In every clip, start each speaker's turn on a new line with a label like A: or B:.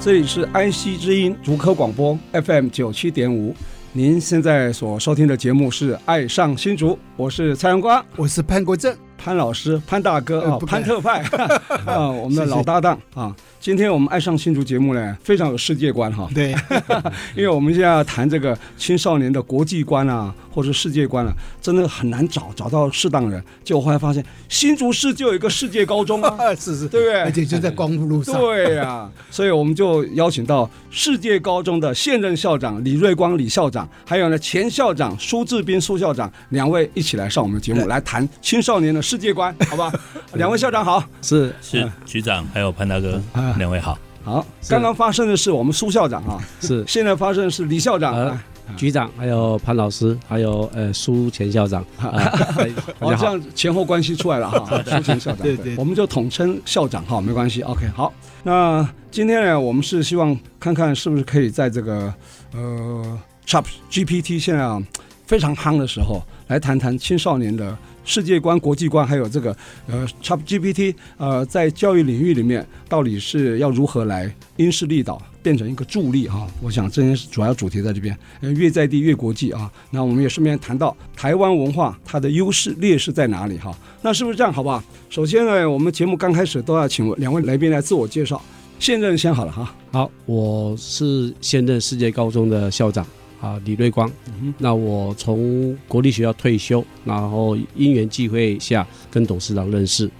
A: 这里是 IC 之音竹科广播 FM 九七点五，您现在所收听的节目是《爱上新竹》，我是蔡阳光，
B: 我是潘国正，
A: 潘老师，潘大哥
B: 呃
A: 啊，
B: 不
A: 潘
B: 敢
A: 特 派啊，我们的
B: 谢谢
A: 老搭档啊。今天我们《爱上新竹》节目呢，非常有世界观 哈，
B: 对，
A: 因为我们现在要谈这个青少年的国际观啊，或者世界观啊，真的很难找找到适当人。结果后来发现，新竹市就有一个世界高中啊。
B: 是是，
A: 对不对
B: 而且就在光复路上，
A: 对呀、 所以我们就邀请到世界高中的现任校长李瑞光李校长，还有呢前校长苏志斌苏校长两位一起来上我们的节目，来谈青少年的世界观，好 吧？两位校长好，
B: 是
A: 嗯
C: 是局长还有潘大哥，
A: 啊
C: 两位好。
A: 好。刚刚发生的是我们苏校长啊，
D: 是
A: 现在发生的是李校长。
D: 呃
A: 啊
D: 局长，还有潘老师，还有呃苏前校长，啊、哎大
A: 哦，这
D: 家好。
A: 样前后关系出来了 哈，苏前校长，
B: 对对
A: 我们就统称校长哈，没关系，OK，好。那今天呢，我们是希望看看是不是可以在这个呃 Chat GPT 现在啊非常夯的时候，来谈谈青少年的世界观、国际观，还有这个呃 Chat GPT 呃在教育领域里面到底是要如何来因势利导，变成一个助力哈、我想这件事主要主题在这边，呃越在地越国际啊。那我们也顺便谈到台湾文化它的优势、劣势在哪里哈、那是不是这样？好不好？首先呢，我们节目刚开始都要请两位来宾来自我介绍，现任先好了哈。
D: 好，我是现任世界高中的校长啊，李瑞光。
A: 哼
D: 那我从国立学校退休，然后因缘际会下跟董事长认识，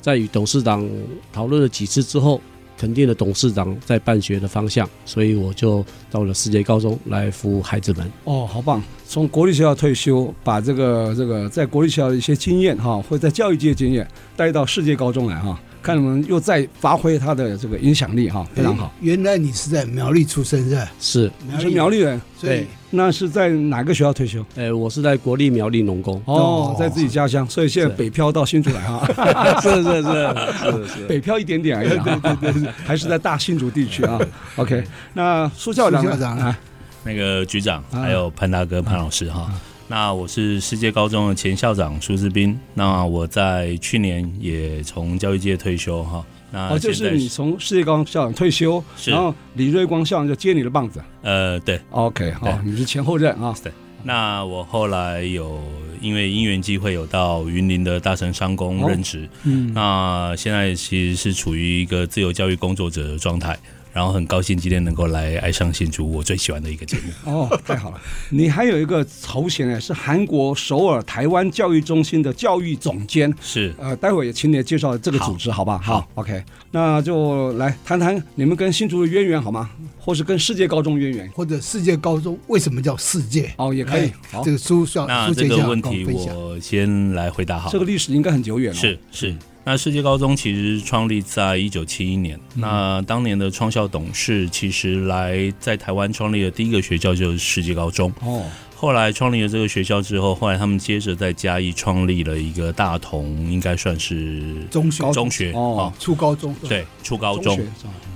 D: 在与董事长讨论了几次之后，肯定了董事长在办学的方向，所以我就到了世界高中来服务孩子们。
A: 哦，好棒！从国立学校退休，把这个这个在国立学校的一些经验哈，或者在教育界的经验带到世界高中来哈，看能不能又再发挥它的这个影响力哈，非常好。
B: 哎原来你是在苗栗出生是吧？
D: 是，
A: 你是苗栗人，
B: 所以
D: 对
A: 那是在哪个学校退休？
D: 呃，我是在国立苗栗农工。
A: 哦
B: 哦，
A: 在自己家乡，所以现在
D: 是
A: 北漂到新竹来哈，
D: 是是是是是。
A: 北漂一点点而已啊， 还是在大新竹地区啊。OK，那苏校长呢，
B: 苏校长呢
A: 啊
C: 那个局长
A: 啊
C: 还有潘大哥、潘老师哈。那我是世界高中的前校长苏志斌，那我在去年也从教育界退休哈。那
A: 哦，就
C: 啊现
A: 是
C: 在
A: 你从世界高中校长退休，
C: 是
A: 然后李瑞光校长就接你的棒子。
C: 呃对，
A: OK，好、
C: 对
A: 你是前后任啊。
C: 那我后来有因为因缘机会有到云林的大成商工
A: 哦
C: 任职，
A: 嗯，
C: 那现在其实是处于一个自由教育工作者的状态，然后很高兴今天能够来爱上新竹，我最喜欢的一个节目。
A: 哦，太好了！你还有一个头衔呢，是韩国首尔台湾教育中心的教育总监。
C: 是
A: 呃，待会儿也请你介绍这个组织，好吧？好，OK，那就来谈谈你们跟新竹的渊源好吗？或是跟世界高中渊源？
B: 或者世界高中为什么叫世界？
A: 哦，也可以
B: 哎。
A: 好
B: 这，个苏校
C: 那
B: 苏
C: 这
B: 前校
C: 个
B: 长
C: 问
B: 跟我
C: 题
B: 分享，
C: 我先来回答好了。
A: 这个历嗯史应该很久远了。
C: 是是。那世界高中其实创立在一九七一年，那当年的创校董事其实来在台湾创立的第一个学校就是世界高中。
A: 哦，
C: 后来创立了这个学校之后，后来他们接着在嘉义创立了一个大同，应该算是
B: 中学
C: 中学
A: 哦
C: 哦，
B: 初高中，
C: 对，初高
A: 中
C: 哦中。
A: 学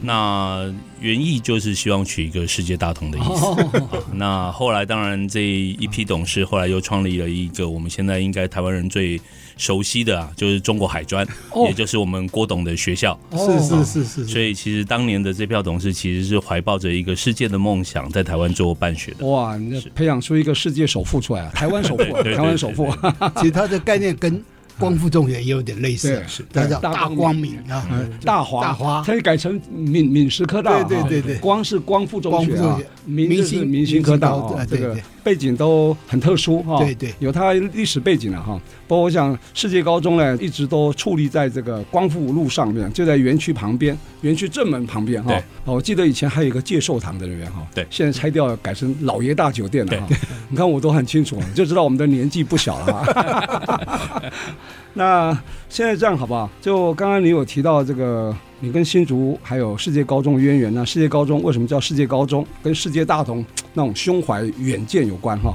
C: 那原意就是希望取一个世界大同的意思。
A: 哦，
C: 那后来，当然这一批董事后来又创立了一个我们现在应该台湾人最熟悉的啊，就是中国海专，
A: 哦
C: 也就是我们郭董的学校。
B: 是是是是
C: 所
B: 是，
C: 以，其实当年的这票董事其实是怀抱着一个世界的梦想，在台湾做办学的。
A: 哇，你这
C: 是
A: 培养出一个世界首富出来了，台湾首富啊，
C: 对对对
A: 台湾首富
C: 对。
B: 其实它的概念跟光复中学也有点类似
A: 对是，
B: 它叫
A: 对
B: 大光明啊，
A: 呃大华，
B: 大华
A: 它改成闽闽师科大，
B: 对对对对
A: 啊光是光复中学
B: 光
A: 啊
B: 复中学，
A: 明是
B: 明星
A: 明星科大
B: 明星高
A: 啊
B: 啊，
A: 这
B: 对
A: 个
B: 对
A: 背景都很特殊哈，
B: 对对
A: 有它历史背景了哈。不过我想世界高中呢，一直都矗立在这个光复路上面，就在园区旁边，园区正门旁边哈
C: 对。
A: 哦，我记得以前还有一个介寿堂在那边哈，
C: 对
A: 现在拆掉了，改成老爷大酒店了哈。你看我都很清楚，就知道我们的年纪不小了哈。 那现在这样好不好？就刚刚你有提到这个，你跟新竹还有世界高中渊源啊那世界高中为什么叫世界高中？跟世界大同那种胸怀远见有关哈。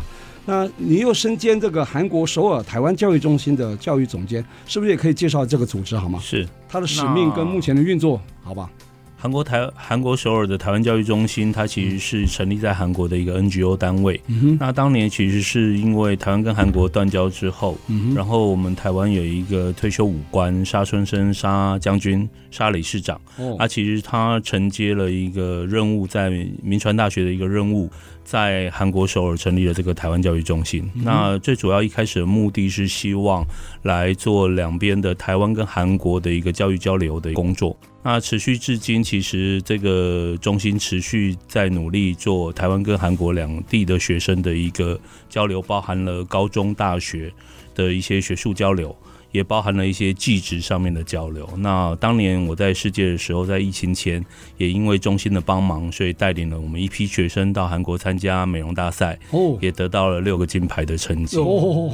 A: 那你又身兼这个韩国首尔台湾教育中心的教育总监，是不是也可以介绍这个组织好吗？
C: 是
A: 它的使命跟目前的运作，好吧？
C: 韩国台韩国首尔的台湾教育中心，它其实是成立在韩国的一个 NGO 单位。
A: 嗯哼，
C: 那当年其实是因为台湾跟韩国断交之后，
A: 嗯哼，
C: 然后我们台湾有一个退休武官沙春生沙将军沙理事长，
A: 哦，
C: 他其实他承接了一个任务，在民传大学的一个任务，在韩国首尔成立了这个台湾教育中心。那最主要一开始的目的是希望来做两边的台湾跟韩国的一个教育交流的工作。那持续至今，其实这个中心持续在努力做台湾跟韩国两地的学生的一个交流，包含了高中、大学的一些学术交流。也包含了一些技职上面的交流。那当年我在世界的时候，在疫情前，也因为中心的帮忙，所以带领了我们一批学生到韩国参加美容大赛，
A: 哦，
C: 也得到了六个金牌的成绩。
A: 哦，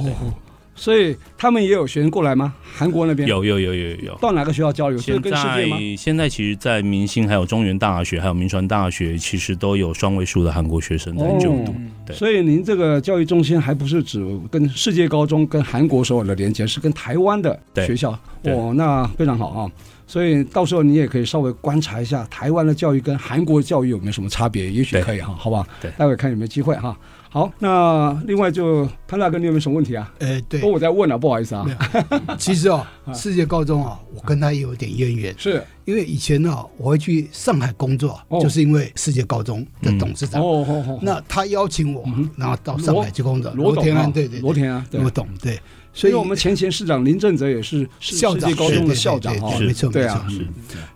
A: 所以他们也有学生过来吗？韩国那边
C: 有有有有有有。
A: 到哪个学校交流？是
C: 现
A: 跟世界吗？
C: 在现在其实，在明星还有中原大学还有民传大学，其实都有双位数的韩国学生在就读。对
A: 哦所以您这个教育中心还不是只跟世界高中、跟韩国所有的连接，是跟台湾的
C: 对
A: 学校。
C: 对
A: 哦，那非常好啊！所以到时候你也可以稍微观察一下台湾的教育跟韩国教育有没有什么差别，也许
C: 对
A: 可以啊哈，好吧？
C: 对
A: 待会看有没有机会哈。好，那另外就潘大哥，你有没有什么问题啊？
B: 呃，对
A: 都，我在问了，不好意思啊
B: 没。有其实哦，
A: 嗯
B: 世界高中啊，我跟他也有点渊源，
A: 是
B: 因为以前呢、我会去上海工作，
A: 哦
B: 就是因为世界高中的董事
A: 哦
B: 长，
A: 哦哦，嗯
B: 那他邀请我，然后到上海去工作。
A: 罗
B: 天
A: 董啊
B: 安，对对，对
A: 罗天安对
B: 罗董对，
A: 所
B: 所
A: 以
B: 以
A: 我们前前市长林正泽也是世
B: 校长
A: 世界高中的
B: 是
A: 校长
B: 对
A: 哈
B: 对，
C: 是
B: 对没错
A: 对
B: 没
A: 啊嗯
B: 错，是，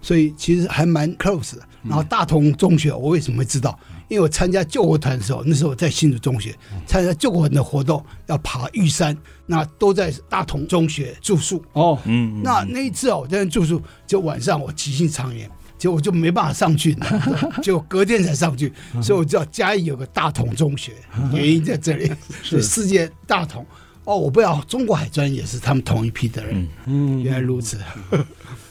B: 所以其实还蛮 close 的。然后大同中学，我为什么会知道？因为我参加救国团的时候，那时候我在新竹中学
A: 嗯
B: 参加救国团的活动，要爬玉山，那都在大同中学住宿。
A: 哦，
C: 嗯，嗯
B: 那那一次啊，我在那住宿，就晚上我急性肠炎，结果我就没办法上去，你知道 吗结果隔天才上去，
A: 嗯
B: 所以我知道嘉义有个大同中学， 原因在这 里，是世界大同。哦，我不知道中国海专也是他们同一批的人，
A: 嗯
B: 原来如此。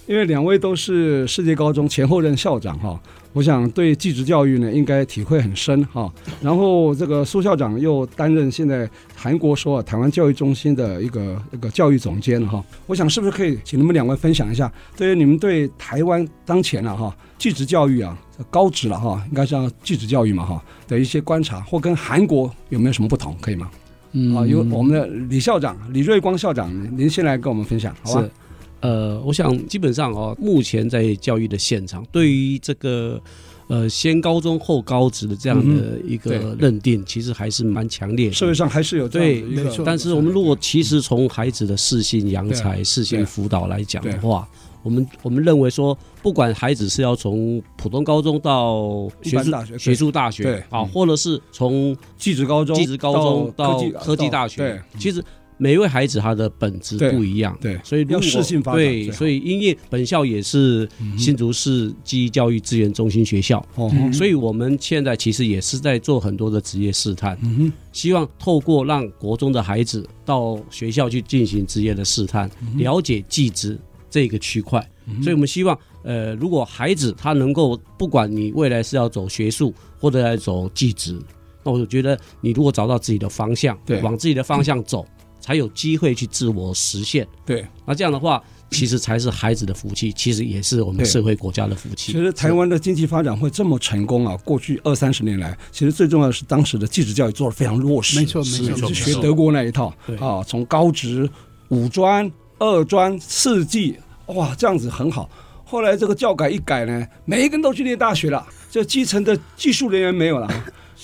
A: 因为两位都是世界高中前后任校长哈，我想对技职教育呢应该体会很深哈。然后这个苏校长又担任现在韩国首尔台湾教育中心的一个一个教育总监哈。我想是不是可以请你们两位分享一下，对于你们对台湾当前了、哈技职教育啊高职了哈，应该叫技职教育嘛哈的一些观察，或跟韩国有没有什么不同，可以吗？
D: 嗯
A: 啊，由我们的李校长李瑞光校长，您先来跟我们分享，好啊吧
D: 是？，呃，我想基本上哦，目前在教育的现场，对于这个呃先高中后高职的这样的一
A: 嗯对
D: 个认定，其实还是蛮强烈
A: 社会
D: 的。
A: 上还是有这样的一个
B: 对没错
D: 但是我们如果其实从孩子的适性扬才、适性辅导来讲的话，我们我们认为说，不管孩子是要从普通高中到
A: 一
D: 学
A: 般
D: 术
A: 大学
D: 学术大
A: 对
D: 学啊，或者是从
A: 技职高中、
D: 技职高中
A: 到
D: 到科技大学
A: 对，，嗯
D: 其实每一位孩子他的本质
A: 对
D: 不一样，
A: 对
D: 所以如
A: 要
D: 果
A: 适性发展最
D: 对，
A: 好嗯
D: 所以因为本校也是新竹市技艺教育资源中心学校，
A: 哦，
D: 所以我们现在其实也是在做很多的职业试探，
A: 嗯
D: 希望透过让国中的孩子到学校去进行职业的试探，
A: 嗯
D: 了解技职这个区块。所以我们希望，呃，如果孩子他能够，不管你未来是要走学术或者要走技职，那我觉得你如果找到自己的方向，
A: 对
D: 往自己的方向走，才有机会去自我实现。
A: 对，
D: 那这样的话，其实才是孩子的福气，其实也是我们
A: 对
D: 社会国家的福气。
A: 其实台湾的经济发展会这么成功啊，过去二三十年来，其实最重要的是当时的技职教育做得非常弱势，
B: 没错没错
A: 是
B: 没错
A: 学德国那一套
D: 对
A: 啊，从高职、五专、二专、四技，哇，这样子很好。后来这个教改一改呢，每一个人都去念大学了，这基层的技术人员没有了。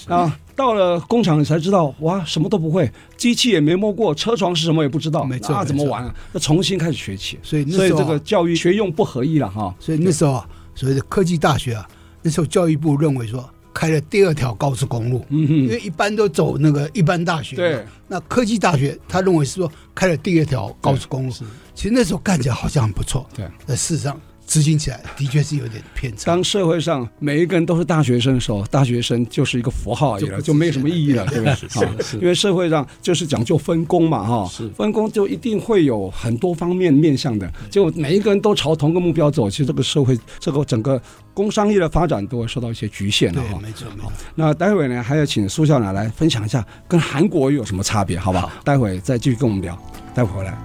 A: 啊，到了工厂才知道，哇，什么都不会，机器也没摸过，车床是什么也不知道，
B: 没错
A: 那
B: 没
A: 怎么
B: 错
A: 玩啊？要重新开始学起。
B: 所以那
A: 所以
B: 时候
A: 这
B: 啊
A: 个教育学用不合一了哈。
B: 所以那时候啊，所谓的科技大学啊，那时候教育部认为说开了第二条高速公路，
A: 嗯
B: 因
A: 哼，
B: 为一般都走那个一般大学，
A: 对，
B: 那科技大学他认为是说开了第二条高速公路，其实那时候看起来好像很不错，
A: 对，
B: 但事实上执行起来的确是有点偏差。
A: 当社会上每一个人都是大学生的时候，大学生就是一个符号而已了，就没什么意义了，对 不对？啊
D: 是
A: 因为社会上就是讲究分工嘛，哈
D: 是，
A: 分工就一定会有很多方面面向的，结果每一个人都朝同个目标走，其实这个社会这个整个工商业的发展都会受到一些局限了
B: 对，
A: 哈。
B: 没错，没错。
A: 那待会呢，还要请苏校长来分享一下跟韩国有什么差别，好不好？待会再继续跟我们聊，待会回来。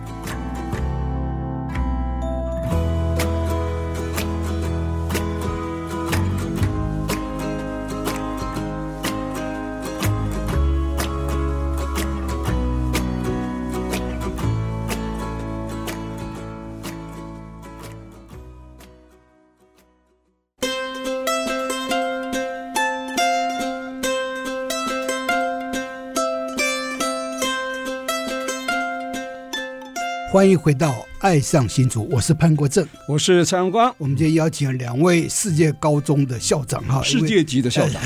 B: 欢迎回到《爱上新竹》，我是潘国正。
A: 我是蔡阳光，
B: 我们今天邀请了两位世界高中的校长哈，
A: 世界级的 校长，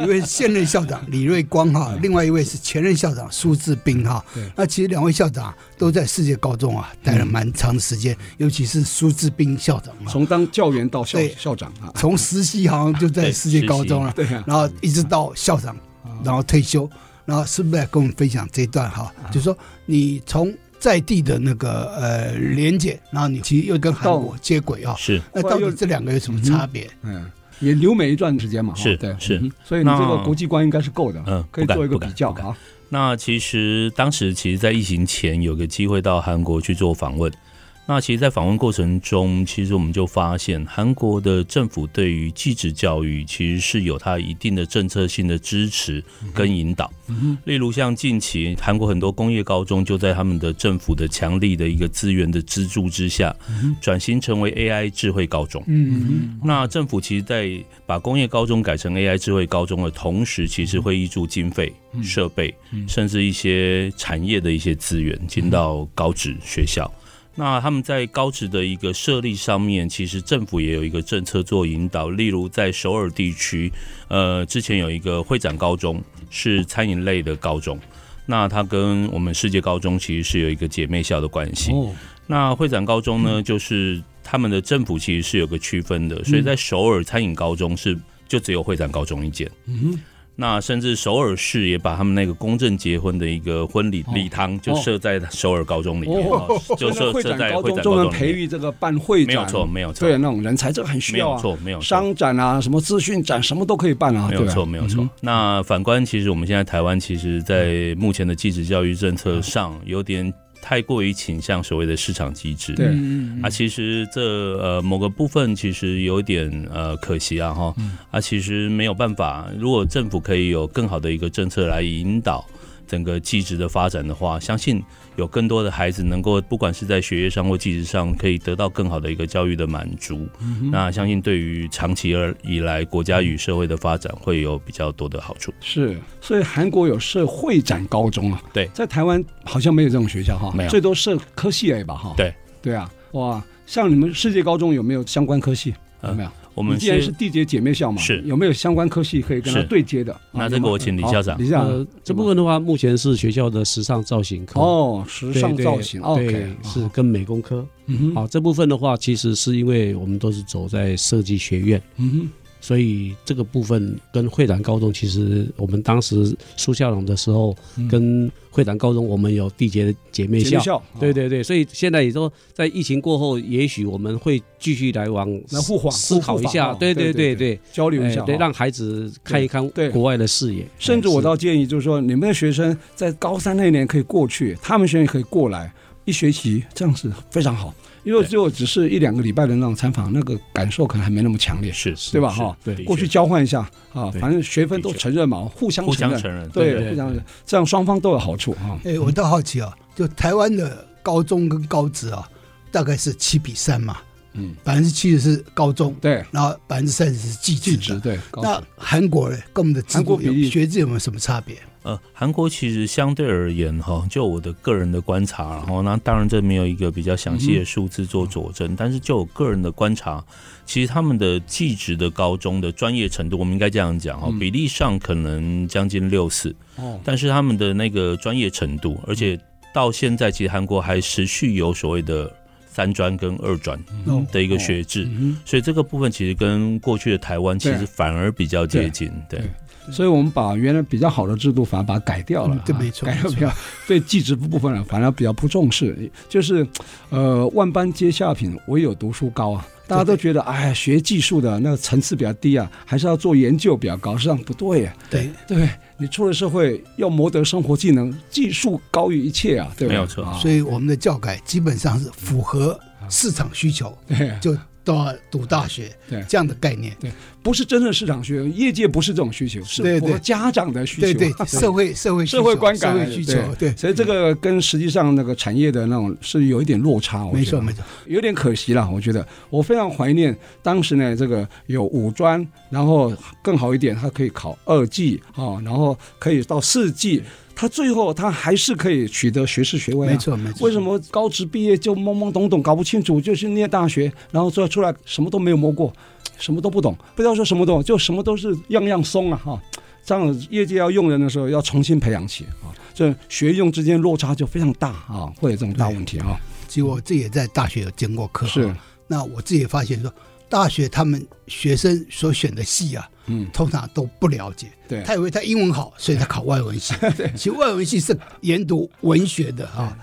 B: 一位 现任 校长李瑞光哈，另外一位是前任校长苏志斌哈
A: 对。
B: 那其实两位校长都在世界高中啊待了蛮长的时间，尤其是苏志斌校长啊，
A: 嗯从当教员到校
B: 对
A: 校长啊，
B: 从实习好像就在
C: 对
B: 世界高中了，
A: 对啊，
B: 然后一直到校长，然后退休，然后是不是来跟我们分享这一段哈？
A: 啊
B: 就是说你从在地的那个呃连接，然后你其实又跟韩国接轨啊，
C: 是
B: 那到底这两个有什么差别？
A: 嗯，也留美一段时间嘛，哈
C: 是
A: 对，
C: 是
A: 嗯所以你这个
C: 那
A: 国际观应该是够的，
C: 嗯
A: 可以
C: 不敢
A: 做一个
C: 不
A: 比
C: 敢
A: 较
C: 不敢
A: 啊，
C: 那其实当时其实，在疫情前有个机会到韩国去做访问。那其实，在访问过程中，其实我们就发现，韩国的政府对于继职教育其实是有它一定的政策性的支持跟引导。例如，像近期韩国很多工业高中就在他们的政府的强力的一个资源的资助之下，转型成为 AI 智慧高中。
B: 嗯，
C: 那政府其实，在把工业高中改成 AI 智慧高中的同时，其实会挹注经费、
B: 嗯
C: 设备，甚至一些产业的一些资源进到高职学校。那他们在高职的一个设立上面，其实政府也有一个政策做引导，例如在首尔地区，呃，之前有一个会展高中是餐饮类的高中，那它跟我们世界高中其实是有一个姐妹校的关系。
A: 哦，
C: 那会展高中呢，就是他们的政府其实是有个区分的，
A: 嗯
C: 所以在首尔餐饮高中是就只有会展高中一间。嗯那甚至首尔市也把他们那个公证结婚的一个婚礼礼堂就设在首尔高中里面，
A: 哦
C: 哦就设
A: 会
C: 设
A: 展
C: 在
A: 高
C: 会
A: 中
C: 展
A: 专
C: 高
A: 门
C: 中
A: 培
C: 里面。
A: 育这个办会
C: 没
A: 展，
C: 有错，没有错，
A: 对那种人才，这个很需
C: 没
A: 要
C: 有
A: 啊，
C: 错，没有错。
A: 商展啊，什么资讯展，什么都可以办啊，
C: 没
A: 对
C: 有
A: 吧
C: 错，没有错。那反观，其实我们现在台湾，其实在目前的继职教育政策
A: 嗯
C: 上，有点太过于倾向所谓的市场机制。
A: 对
C: 啊，其实这呃某个部分其实有点呃可惜啊哈，
A: 嗯
C: 啊其实没有办法，如果政府可以有更好的一个政策来引导整个技职的发展的话，相信有更多的孩子能够不管是在学业上或技职上，可以得到更好的一个教育的满足。
A: 嗯
C: 那相信对于长期而以来国家与社会的发展会有比较多的好处。
A: 是，所以韩国有设会展高中啊，
C: 对
A: 在台湾好像没有这种学校哈，
C: 没有
A: 最多设科系而已吧哈，
C: 对，
A: 对啊，哇，像你们世界高中有没有相关科系？
C: 呃
A: 有没有？
C: 我
A: 我
C: 们
A: 既然
C: 是
A: 是缔结姐妹校嘛，
C: 是
A: 有没有相关科系可以跟它
C: 是
A: 对接的？
C: 那
A: 啊
C: 这
A: 有
C: 个
A: 吗
C: 我请李
A: 好
C: 校长
A: 李校
D: 呃
A: 长，，
D: 这部分的话，目前是学校的时尚造型科。
A: 哦，时
D: 对，
A: 尚
D: 对
A: 造型
D: 对
A: ，OK，，哦
D: 是跟美工科。
A: 嗯哼，
D: 好，这部分的话，其实是因为我们都是走在设计学院，
A: 嗯
D: 所以这个部分跟惠南高中，其实我们当时苏校长的时候，
A: 哼，
D: 跟惠南高中我们有缔结的姐妹
A: 姐
D: 校
A: 妹。校，
D: 对
A: 哦，
D: 对对，所以现在也说，在疫情过后，也许我们会继续来往
A: 来互访
D: 思考一
A: 互
D: 下，
A: 访
D: 对
A: 哦对对
D: 对对，
A: 交流一
D: 哎
A: 下，
D: 对，
A: 哦
D: 让孩子看一看
A: 对
D: 国外的视野，
A: 甚至
D: 哎
A: 我
D: 是
A: 倒建议，就是说，你们的学生在高三那一年可以过去，他们学生也可以过来一学期，这样是非常好。因为
C: 对
A: 只有只是一两个礼拜的那种参访，那个感受可能还没那么强烈，
C: 是
A: 对吧？哈，
C: 对
A: 过去交换一下啊，
C: 对
A: 反正学分都
C: 的确
A: 承认嘛，互相
C: 互
A: 承
C: 相
A: 认，
C: 承认，
D: 对对
A: 对，互相承认，这样双方都有好处啊。
B: 哎，我倒好奇啊，就台湾的高中跟高职啊，大概是七比三嘛，
A: 嗯，
B: 百分之七十是高中，
A: 对，
B: 然后百分之三十是技
A: 技
B: 职
A: 职
B: 的。
A: 对，高
B: 那韩国呢，跟我们的制
A: 韩国
B: 度
A: 比
B: 有
A: 例
B: 学制有没有什么差别？
C: 呃，韩国其实相对而言哈，就我的个人的观察，然后那当然这没有一个比较详细的数字做佐证，但是就我个人的观察，其实他们的技职的高中的专业程度，我们应该这样讲
A: 嗯
C: 哈，比例上可能将近六四，
A: 哦，
C: 但是他们的那个专业程度，而且到现在其实韩国还持续有所谓的三专跟二专
B: 哦
C: 的一个学制，
A: 嗯
C: 所以这个部分其实跟过去的台湾其
A: 对
C: 实反而比较接
A: 对
C: 近，对。
A: 对哼，所以我们把原来比较好的制度反而把它改掉了
B: 嗯，对
A: 啊
B: 没错
A: 改掉
B: 没错
A: 比较对技职部分啊呢，反而比较不重视，就是呃，万般皆下品，唯有读书高啊。大家都觉得，哎，学技术的那个层次比较低啊，还是要做研究比较高，实际上不对啊。
B: 对，
A: 对你出了社会，要谋得生活技能，技术高于一切啊，对吧？
C: 没有错
A: 啊
B: 所以我们的教改基本上是符合市场需求，
A: 对，
B: 就都要读大学
A: 对
B: 这样的概念。
A: 不是真正市场需求，业界不是这种需求，是
B: 对
A: 符合
B: 对
A: 家长的需求，啊
B: 对对，社会社会需求
A: 社会观感
B: 社会需求，对，
A: 所以这个跟实际上那个产业的那种是有一点落差，我
B: 没
A: 觉得
B: 错没错，
A: 有点可惜啦，我觉得我非常怀念当时呢，这个有五专，然后更好一点，他可以考二技啊、哦然后可以到四技，他最后他还是可以取得学士学位、啊。
B: 没错没错。
A: 为什？么高职毕业就懵懵懂懂，搞不清楚，就是念大学，然后做出来什么都没有摸过，什么都不懂，不要说什么都懂，就什么都是样样松啊哈、这样业界要用人的时候，要重新培养起啊，这学用之间落差就非常大啊，会有这种大问题啊。
B: 其实我自己也在大学有兼过课，
A: 是，
B: 那我自己也发现说，大学他们学生所选的系啊，
A: 嗯，
B: 通常都不了解。
A: 对
B: 他以为他英文好，所以他考外 文系。其实外文系是研读文学的啊，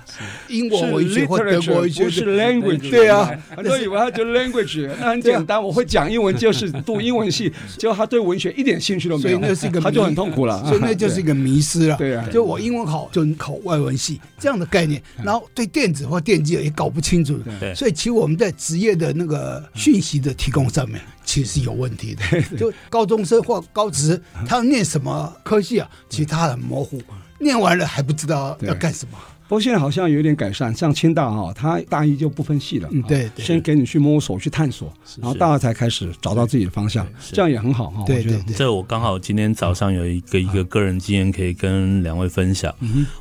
B: 英国文学或德国文学
A: 不
B: 的
A: 是 language，
B: 对啊，
A: 很多人以为他就 language，那很简单，我会讲英文就是读英文系，结果他对文学一点兴趣都
B: 所
A: 没
B: 以
A: 有，
B: 那是一个迷
A: 他就很痛苦了，
B: 所以那就是一个迷失了。
A: 啊对啊嗯
B: 就我英文好就能考外文系这样的概念，然后对电子或电机也搞不清楚
A: 对嗯
C: 对
B: 所以其实我们在职业的那个讯息的提供上面。其实是有问 题的，就高中生或高职，
A: 嗯
B: 他要念什么科系啊？其实他很模糊，念完了还不知道要
A: 对哦
B: 干什么。
A: 不过现在好像有点改善，像清大哈、它大一就不分系了，
B: 嗯
A: 啊
B: 对对
A: 先给你去摸索、去探索，然后大二才开始找到自己的方向，
C: 是
A: 这样也很好哈、
B: 对
A: 我觉
B: 对
A: 得，
B: 对，
C: 这我刚好今天早上有一个
A: 嗯
C: 一个个人经验可以跟两位分享。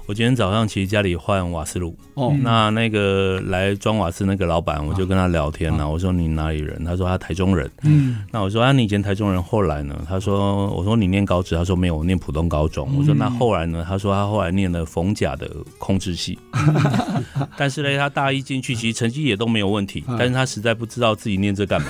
C: 我今天早上其实家里换瓦斯炉，
A: 哦，
C: 那那个来装瓦斯那个老板，我就跟他聊天了、我说你哪里人？他说他台中人。
A: 哦嗯，
C: 那我说啊，你以前台中人，后来呢？他说我说你念高职，他说没有，我念普通高中。
A: 嗯
C: 我说那后来呢？他说他后来念了逢甲的控制 系，但是呢，他大一进去其实成绩也都没有问
A: 嗯
C: 题，但是他实在不知道自己念 这干嘛，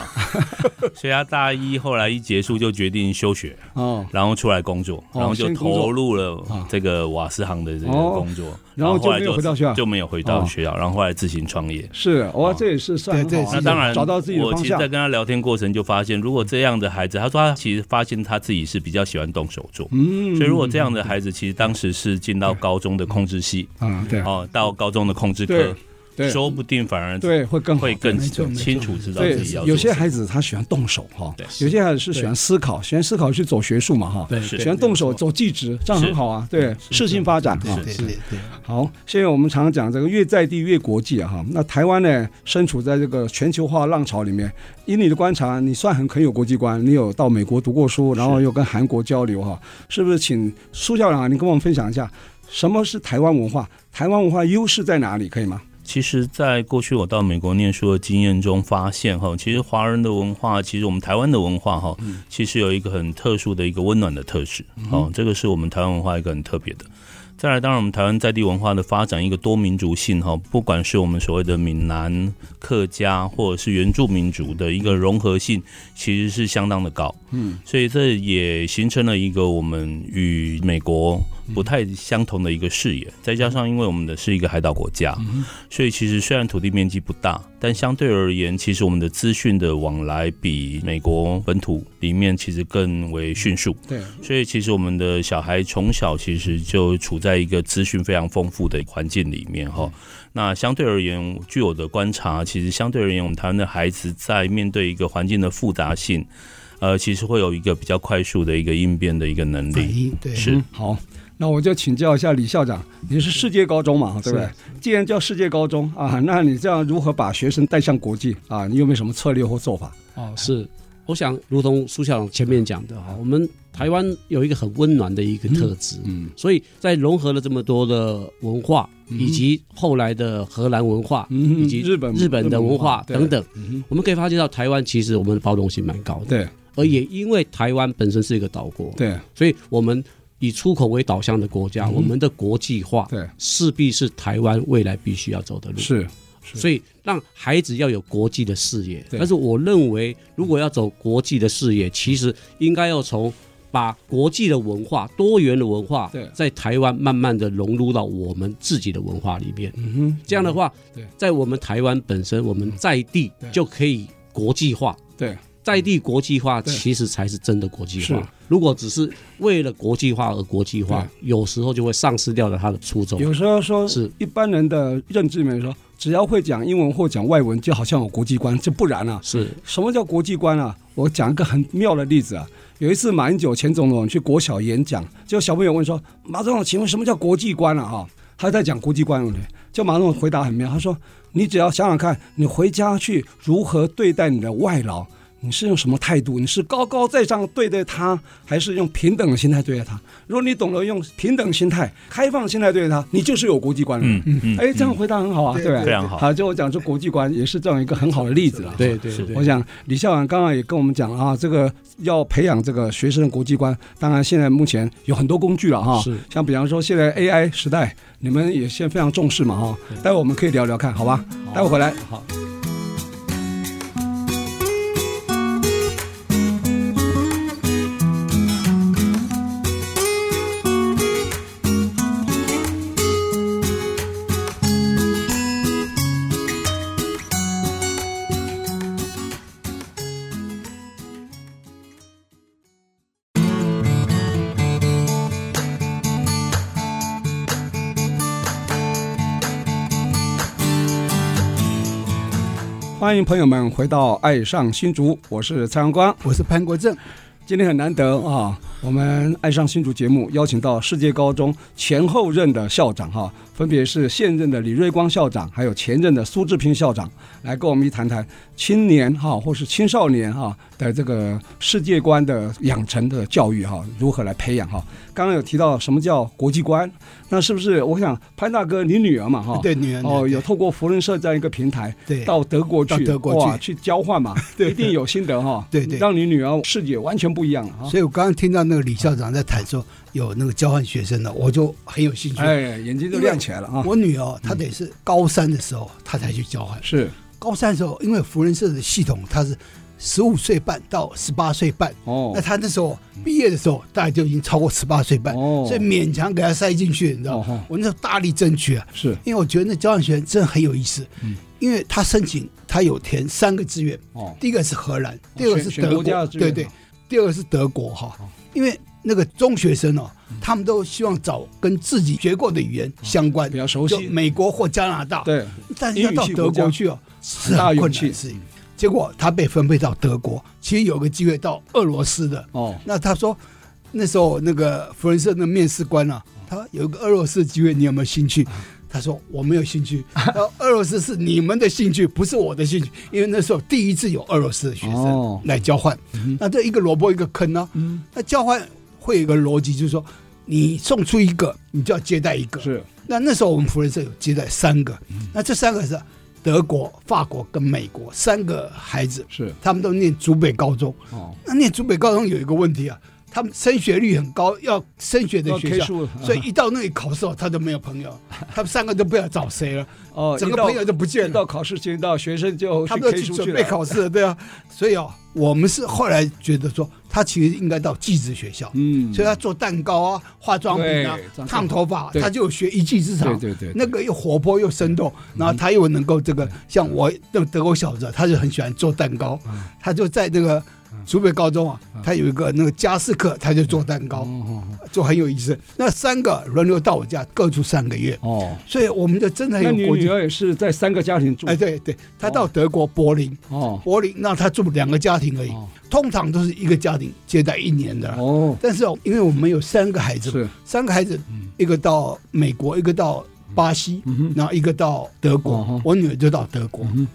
C: 所以他大一后来一结束就决定休学。
A: 哦，
C: 然后出来工作，
A: 哦
C: 然后就
A: 先工作啊
C: 投入了这个瓦斯行的这个
A: 哦
C: 工作，
A: 然后
C: 后
A: 就
C: 来
A: 没有回到学校，
C: 就没有回
A: 哦
C: 到学校，然后后来自行创业。
A: 是，哇，
C: 哦
A: 这也是算很好
B: 对
A: 啊
B: 对
C: 那当然，
A: 找到自己的
C: 我
A: 方
C: 其实，在
A: 向
C: 跟，他聊天过程就发现，如果这样的孩子，他说他其实发现他自己是比较喜欢动手做，
A: 嗯
C: 所以如果这样的孩子，其实当时是进到高中的控制系，
A: 啊，对
C: 哦，到高中的控制
A: 对
C: 科，
A: 对
C: 说不定反而
A: 对，会更好
C: 会更
B: 没错没错
C: 清楚知道
A: 对
C: 自己要，
A: 有
C: 做
A: 些
C: 什么。
A: 孩子他喜欢动手哈
C: 对，
A: 有些孩子是喜欢思考，喜欢思考去走学术嘛哈，
D: 对
C: 是
A: 喜欢动手走技职，这样很好啊，对，适性发展啊
B: 对。对对对，
A: 好，现在我们常常讲这个越在地越国际啊哈。那台湾呢，身处在这个全球化浪潮里面，以你的观察，你算很很有国际观，你有到美国读过书，然后又跟韩国交流哈、是不是？请苏校长啊，你跟我们分享一下，什么是台湾文化？台湾文化优势在哪里？可以吗？
C: 其实，在过去我到美国念书的经验中发现，哈，其实华人的文化，其实我们台湾的文化，哈，其实有一个很特殊的一个温暖的特质，哦，这个是我们台湾文化一个很特别的。再来，当然我们台湾在地文化的发展，一个多民族性，哈，不管是我们所谓的闽南、客家或者是原住民族的一个融合性，其实是相当的高，嗯，所以这也形成了一个我们与美国不太相同的一个视野。再加上，因为我们的是一个海岛国家，所以其实虽然土地面积不大，但相对而言，其实我们的资讯的往来比美国本土里面其实更为迅速。
A: 对，
C: 所以其实我们的小孩从小其实就处在一个资讯非常丰富的环境里面哈。那相对而言，据我的观察，其实相对而言，我们台湾的孩子在面对一个环境的复杂性。呃，其实会有一个比较快速的一个应变的一个能
B: 反
C: 力。
B: 应对
C: 是
A: 嗯，好，那我就请教一下李校长，你是世界高中嘛，对不对？既然叫世界高中啊，那你这样如何把学生带向国际啊？你有没有什么策略或做法？
D: 哦，是，我想如同苏校长前面讲的哈，我们台湾有一个很温暖的一个特质，
A: 嗯
D: 所以在融合了这么多的文化，以及后来的荷兰文化，
A: 嗯
D: 以及
A: 日本
D: 日本的文化
A: 对
D: 等等，
A: 嗯
D: 我们可以发觉到台湾其实我们的包容性蛮高的，
A: 对
D: 而也因为台湾本身是一个岛国，
A: 对嗯
D: 所以我们以出口为导向的国家，我们的国际化
A: 对，
D: 势必是台湾未来必须要走的路。
A: 是
D: 所以让孩子要有国际的视野。
A: 对
D: 但是我认为，如果要走国际的视野，其实应该要从把国际的文化、多元的文化
A: 对，
D: 在台湾慢慢的融入到我们自己的文化里面。
A: 嗯哼，
D: 这样的话
A: 对，嗯
D: 在我们台湾本身，我们在地
A: 对
D: 就可以国际化。
A: 对
D: 在地国际化
A: 嗯对
D: 其实才是真的国际
A: 是
D: 化。如果只是为了国际化而国际化，有时候就会丧失掉了它的初衷。
A: 有时候说
D: 是
A: 一般人的认知里面说，只要会讲英文或讲外文，就好像有国际观，这不然啊。
D: 是
A: 什么叫国际观啊？我讲一个很妙的例子啊。有一次，马英九前总统去国小演讲，就小朋友问说：“马总统，请问什么叫国际观啊？”哈、他在讲国际观问题，就马总统回答很妙，他说：“你只要想想看，你回家去如何对待你的外劳，你是用什么态度？你是高高在上对待他，还是用平等的心态对待他？如果你懂得用平等心态、开放心态对待他，你就是有国际观了。
C: 嗯嗯，
A: 哎，这样回答很好啊，
B: 对
A: 对不
C: 非
A: 对？
C: 常好。
A: 好，就我讲这国际观也是这样一个很好的啊例子了。
D: 对对
C: 是
D: 对，
A: 我想李校长刚刚也跟我们讲了啊，这个要培养这个学生的国际观，当然现在目前有很多工具了哈，
D: 是
A: 像比方说现在 AI 时代，你们也现在非常重视嘛哈，待会我们可以聊聊看，好吧？待会回来。
D: 嗯好。
A: 欢迎朋友们回到《爱上新竹》，我是蔡阳光。
B: 我是潘国正，
A: 今天很难得啊，我们爱上新竹节目邀请到世界高中前后任的校长哈、分别是现任的李瑞光校长，还有前任的苏志平校长，来跟我们一谈谈青年哈、或是青少年哈、的这个世界观的养成的教育哈、如何来培养哈、刚刚有提到什么叫国际观，那是不是我想潘大哥你女儿嘛哈、
B: 对女人
A: 哦，有透过福伦社这样一个平台，
B: 对
A: 到德国去，
B: 哎到德国去
A: 哇去交换嘛，
B: 对
A: 一定有心得哈。
B: 对对
A: 让你女儿视野完全不一样了啊哈。
B: 所以我刚刚听到那个李校长在谈说有那个交换学生的，我就很有兴趣。
A: 哎，眼睛都亮起来了啊！
B: 我女儿她得是高三的时候，她才去交换。
A: 是
B: 高三的时候，因为福仁社的系统，她是十五岁半到十八岁半，
A: 哦
B: 那，她那时候毕业的时候，大概就已经超过十八岁半，
A: 哦
B: 所以勉强给她塞进去，你知道吗？
A: 哦
B: 我那时候大力争取啊，
A: 是
B: 因为我觉得那交换学生真的很有意思，
A: 嗯
B: 因为她申请，她有填三个志愿，
A: 哦，
B: 第一个是荷兰，第二个是
A: 选
B: 德
A: 选国家的啊志愿
B: 对对
A: 哈，
B: 第二个是德国哈，
A: 哦
B: 因为那个中学生哦，
A: 嗯
B: 他们都希望找跟自己学过的语言相关
A: 比，较熟
B: 就
A: 悉，
B: 美国或加拿大，
A: 对，
B: 但是要到德国去哦，是
A: 很大
B: 很
A: 勇
B: 困
A: 气
B: 难的事情。结果他被分配到德国，其实有个机会到俄罗斯的，
A: 哦，
B: 那他说那时候那个福伦社那面试官啊，他说有一个俄罗斯机会，你有没有兴趣？他说我没有兴趣，然后俄罗斯是你们的兴趣，不是我的兴趣，因为那时候第一次有俄罗斯的学
A: 哦
B: 生来交换，那这一个萝卜一个坑呢、
A: 嗯，
B: 那交换会有一个逻辑，就是说你送出一个，你就要接待一个。
A: 是嗯
B: 那那时候我们福伦社有接待三个，那这三个是德国、法国跟美国三个孩子，
A: 是
B: 他们都念竹北高中。
A: 哦，
B: 那念竹北高中有一个问题啊，他们升学率很高，要升学的
A: 要
B: 学
A: K
B: 校，
A: 数，
B: 所以一到那里考试哦，他都没有 朋友，他们三个都不知道找谁了，
A: 哦，
B: 整个
A: 一到
B: 朋友都不见
A: 一
B: 了
A: 到，考试前，到学生就
B: 他
A: 去
B: 们都
A: K
B: 去
A: 数去
B: 准备
A: 了。
B: 考试了，对啊，所以哦，我们是后来觉得说，他其实应该到技职学校，
A: 嗯，
B: 所以他做蛋糕啊、化妆品啊
A: 对长头、
B: 烫头发，
A: 对
B: 他就有学一技之
A: 对
B: 长，
A: 对对，嗯
B: 那个又活泼又生动，然后
A: 嗯
B: 他又能够这个，像我那个德国小子，他就很喜欢做蛋糕，他就在这个竹北高中啊，他有一个那个家事课，他就做蛋糕，
A: 哦
B: 做很有意思。那三个轮流到我家，各住三个月，
A: 哦，
B: 所以我们的真的
A: 那
B: 很
A: 你
B: 有国
A: 女
B: 际。
A: 儿也是在三个家庭住
B: 哎，对对，他到德国柏林，
A: 哦
B: 柏林那他住两个家庭而已
A: 哦，
B: 通常都是一个家庭接待一年的啦。
A: 哦，
B: 但是哦，因为我们有三个孩子嘛，
A: 是
B: 三个孩子，一个到美国，一个到巴西，
A: 嗯哼
B: 然后一个到德国，
A: 哦哦
B: 我女儿就到德国。
A: 嗯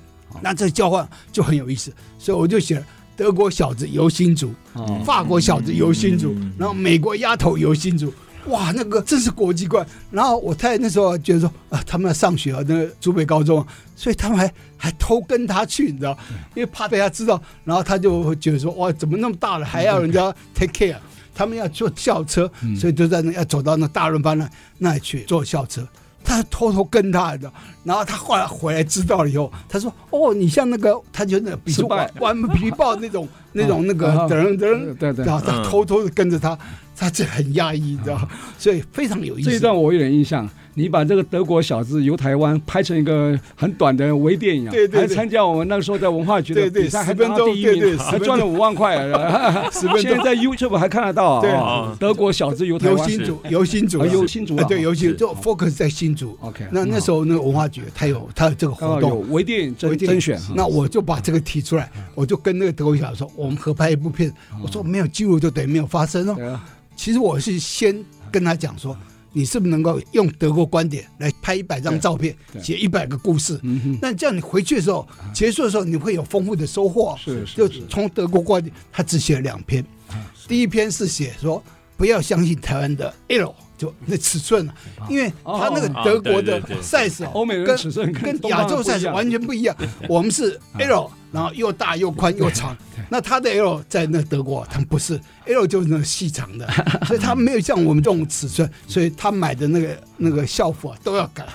B: 那这交换就很有意思，所以我就写了德国小子游新竹，
A: 哦
B: 法国小子游新竹，
C: 嗯
B: 然后美国丫头游新竹。哇，那个真是国际观。然后我太太那时候觉得说，啊，他们要上学啊，那个竹北高中啊，所以他们还还偷跟他去，你知道，因为怕被他知道，然后他就会觉得说，哇，怎么那么大了还要
A: 嗯
B: 人家 take care？他们要坐校车，所以就在那要走到那大润发那那里去坐校车。他偷偷跟他，你知道，然后他后来回来知道了以后，他说：“哦，你像那个，他就那比
A: 失
B: 如
A: 败
B: 玩玩皮豹那 种那种那个
A: 啊
B: 噔噔
A: 对对
B: 然，后他
C: 嗯
B: 偷偷的跟着他，他这很压抑，你知道吗，所以非常有意
A: 嗯
B: 思。
A: 这一段我有点印象。你把这个德国小子游台湾拍成一个很短的微电影啊，
B: 对
A: 还
B: 对对
A: 参加我们那个时候在文化局的
B: 对对
A: 比赛，还
B: 10分
A: 拿
B: 钟
A: 到第一名，
B: 对对10
A: 还
B: 分钟
A: 赚了五万块， 十
B: 分钟
A: 现在在 YouTube 还看得到啊
B: 对
A: 哦，德国小子游台
B: 游
A: 湾
B: 新竹，游新竹
A: 啊
B: 啊，
A: 游新竹啊
B: 啊对，游新
C: 是
B: 就 focus 在新竹。
A: ，OK，
B: 那那时
A: 候
B: 候那个文化局他有他有这个
A: 刚好
B: 活
A: 哦有
B: 动。
A: 微电影
B: 我
A: 甄
B: 一定
A: 甄选，啊嗯
B: 那我就把这个提出来，我就跟那个德国小说，我们合拍一部片，我说没有记录就等于没有发生哦。
A: 嗯对啊
B: 其实我是先跟他讲说，你是不是能够用德国观点来拍一百张照片，
A: 对
B: 写一百个故事？
A: 嗯哼，
B: 那这样你回去的时候，结束的时候你会有丰富的收获哦。
A: 是啊是，
B: 就是从德国过来，他只写了两篇，第一篇是写说不要相信台湾的 L 就那尺寸啊，因为他那个德国的
C: 哦对对对
B: size 哦
A: 欧美人的
B: 跟
A: 尺寸跟
B: 跟
A: 东方
B: 亚
A: 人
B: 洲
A: 不一
B: size
A: 样啊
B: 完全不一 样，我们是 L，然后又大又宽又长，那他的 L 在那德国他们不是 L 就是那个细长 的，所以他没有像我们这种尺寸，所以他买的那个那个校服啊都要改，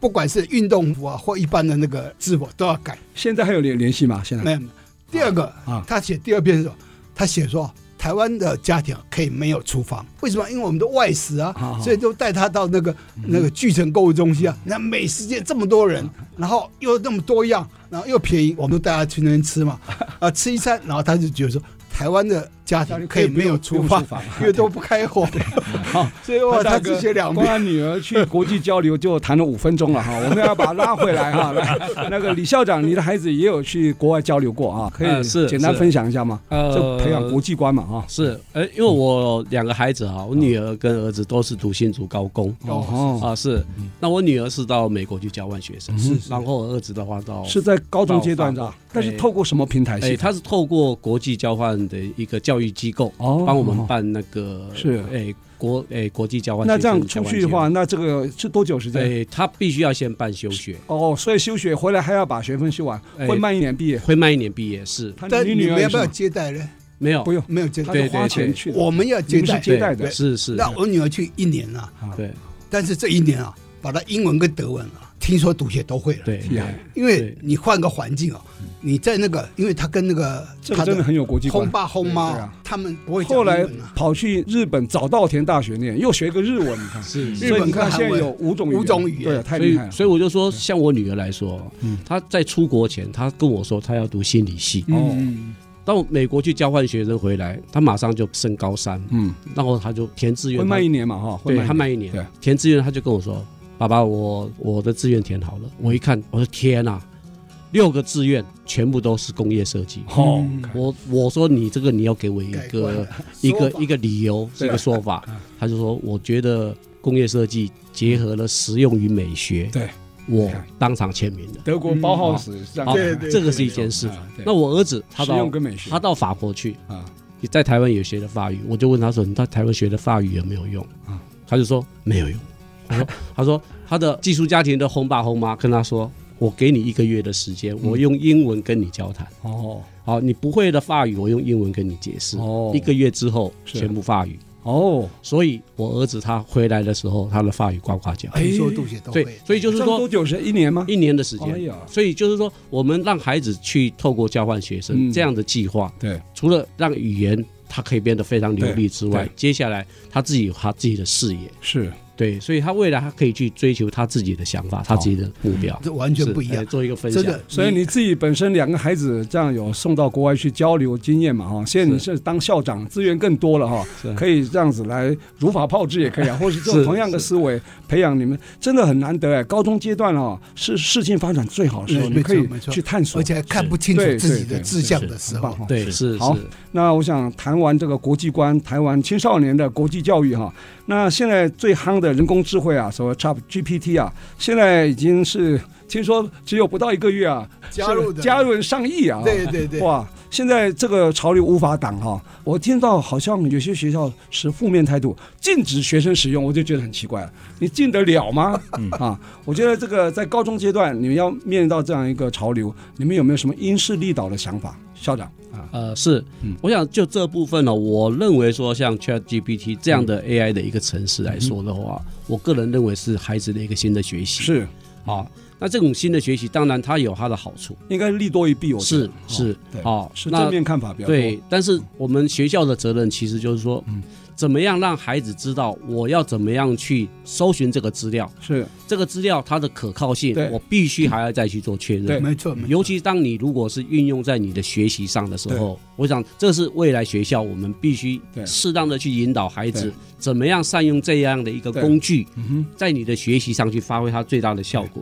B: 不管是运动服啊或一般的那个制服都要改。
A: 现在还有联联系吗？现在
B: 没有没有。第二个，
A: 嗯啊
B: 他写第二篇的时候，他写说台湾的家庭可以没有厨房，为什么？因为我们的外食啊，
A: 啊啊嗯
B: 所以就带他到那个、那个巨城购物中心啊，那美食街这么多人，
A: 啊
B: 然后又那么多样，然后又便宜，我们就带他去那边吃 嘛，啊，吃一餐，然后他就觉得说。台湾的家
A: 家里
B: 庭
A: 可
B: 可
A: 以
B: 以
A: 不
B: 没有
A: 用
B: 厨房
A: 不用厨，房
B: 因为都不开火，所以
A: 我
B: 我他只写两
A: 光
B: 篇。
A: 他女儿去国际交流就谈了五分钟了 哈，我们要把她拉回来哈。来，那个李校长，你的孩子也有去国外交流过啊？可以
D: 呃是
A: 简单
D: 是
A: 分享一下吗？
D: 呃
A: 就培养国际观嘛啊哈。
D: 是，呃，因为
A: 嗯
D: 我两个孩子啊，我女儿跟儿子都是读新竹高工。
A: 哦，
D: 啊，是，那我女儿是到美国去交换学生，
A: 是
D: 然后我儿子的话到
A: 哦是在高中阶段是吧？但是透过什么平台
D: 哎，
A: 系统？
D: 他是透过国际交换的一个教育机构，
A: 哦
D: 帮我们办那个
A: 是
D: 哎国哎国际交换。
A: 那这样出去的话，，那这个是多久时间？
D: 哎，他必须要先办休学，
A: 哦，所以休学回来还要把学分修完，
D: 哎
A: 会慢一年毕业。
D: 会慢一年毕业是
A: 他
B: 但
A: 你
B: 你
A: 女儿
B: 们
A: 也
B: 要
A: 是
B: 不要
A: 吗
B: 接待呢？
D: 没有
A: 不用，
B: 没有接
A: 她
B: 待，
A: 是
D: 对
A: 花
D: 对
A: 钱
D: 对
A: 去的。
B: 我们要接
A: 你们
B: 待
A: 是。接待的
D: 对是是，
B: 那我女儿去一年啊了、
A: 啊
D: 对
B: 但是这一年啊，把他英文跟德文啊，听说读写都会了。，
D: 对
A: 厉害
D: 对
B: 因为
D: 对嗯
B: 你换个环境啊，你在那个，因为他跟那个
A: 这个
B: 他
A: 真的很有国际观
B: 轰。爸轰妈
A: 对
B: 啊、
A: 啊
B: 他们不会讲
A: 后
B: 英
A: 来
B: 文啊。
A: 跑去日本早稻田大学念，又学一个日文，你看。
D: 是
B: 日
A: 所以
B: 本
A: 你看
B: 跟韩
A: 现在
B: 文
A: 有五种
B: 五种语言
A: 对，太嗯
D: 所
A: 厉
D: 以
A: 害，了。
D: 所以我就说，像我女儿来说，她在出国前，她跟我说她要读心理系。
A: 哦
B: 嗯，
D: 到美国去交换学生回来，她马上就升高三，
A: 嗯，
D: 然后她就填志
A: 会
D: 愿，
A: 慢一年嘛哈，会
D: 对，她
A: 慢
D: 慢
A: 一
D: 一
A: 年，对
D: 年，填志愿，她就跟我说：“爸爸，我我的志愿填好了。”我一看，我的天呐、六个志愿全部都是工业设计。
A: 哦，
D: 我我说你这个你要给我一
B: 改观
D: 个
B: 了
D: 一个
B: 说法
D: 一个理由，
A: 对
D: 一个说法。他就说，我觉得工业设计结合了实用与美学，
A: 嗯对，
D: 我当场签名的。
A: 德国包浩斯这样，
D: 好
B: 对对
D: 这个是一件事。
A: 啊对
D: 啊那我儿子他
A: 实用
D: 到
A: 跟美学
D: 他到法国去，
A: 啊，
D: 也在台湾也学了法语，我就问他说：“你到台湾学的法语有没有用？”
A: 啊
D: 他就说没 有用。我说：“他说他的寄宿家庭的轰爸轰妈跟他说，我给你一个月的时间，
A: 嗯
D: 我用英文跟你交谈。
A: 哦
D: 好，你不会的法语，我用英文跟你解释。
A: 哦
D: 一个月之后
A: 是
D: 全部法语。
A: 哦，
D: 所以我儿子他回来的时候，他的法语呱呱 叫。
B: 哎听说读写都
D: 对
B: 会，。
D: 所以就
A: 就是多
D: 说
A: 久是一年吗？
D: 一年的时间。
A: 哎呀
D: 所以就是说，我们让孩子去透过交换学生、
A: 嗯
D: 这样的计划，
A: 对，
D: 除了让语言他可以变得非常流利之
A: 对
D: 外
A: 对，
D: 接下来他自己有他自己的视野，
A: 是
D: 对，所以他未来他可以去追求他自己的想法，他自己的目标，
B: 这完全
D: 是
B: 不一
D: 哎
B: 样。
D: 做一个分享
B: 真，的，
A: 所以你自己本身两个孩子这样有送到国外去交流经验嘛哈，现在你是当校长，资源更多了哈，
D: 是
A: 可以这样子来如法炮制也 可以啊，或是用
D: 是
A: 同样的思维培养你们，真的很难得哎。高中阶段哦，是事情发展最好的时候，
B: 嗯
A: 你可以
B: 没错没错
A: 去探索
B: 而。且还看不清楚
A: 是
B: 自己
A: 对对
B: 的
A: 对
B: 志向的时
A: 很棒
B: 候，
A: 哈。
D: 对，
C: 是
D: 是
A: 好
D: 是
A: 那我想谈完这个国际观，谈完青少年的国际教育哈，那现在最夯的人工智慧啊，所谓 Chat GPT 啊，现在已经是听说只有不到一个月啊，
B: 加入的
A: 加，入上亿啊，
B: 对对对，
A: 哇，现在这个潮流无法挡哈、我听到好像有些学校持负面态度，禁止学生使用，我就觉得很奇怪了。你禁得了吗？
C: 嗯
A: 啊，我觉得这个在高中阶段，你们要面临到这样一个潮流，你们有没有什么因势利导的想法？校长啊，
D: 呃，是
A: 嗯，
D: 我想就这部分呢、我认为说像 ChatGPT 这样
A: 嗯
D: 的 AI 的一个城市来说的话，我个人认为是孩子的一个新的学习。
A: 是
D: 啊，那这种新的学习，当然它有它的好处，
A: 应该利多于弊，我觉得
D: 是是
A: 对
D: 啊，
A: 是
D: 那
A: 正面看法比较多。
D: 对，但是我们学校的责任其实就是说
A: 嗯，
D: 怎么样让孩子知道我要怎么样去搜寻这个资料，
A: 是
D: 这个资料它的可靠性
A: 对，
D: 我必须还要再去做确认。
A: 对
B: 没错，没错
D: 尤其当你如果是运用在你的学习上的时候，我想这是未来学校我们必须
A: 对
D: 适当的去引导孩
A: 对
D: 子怎么样善用这样的一个
A: 对
D: 工具，
A: 嗯
D: 在你的学习上去发挥它最大的效果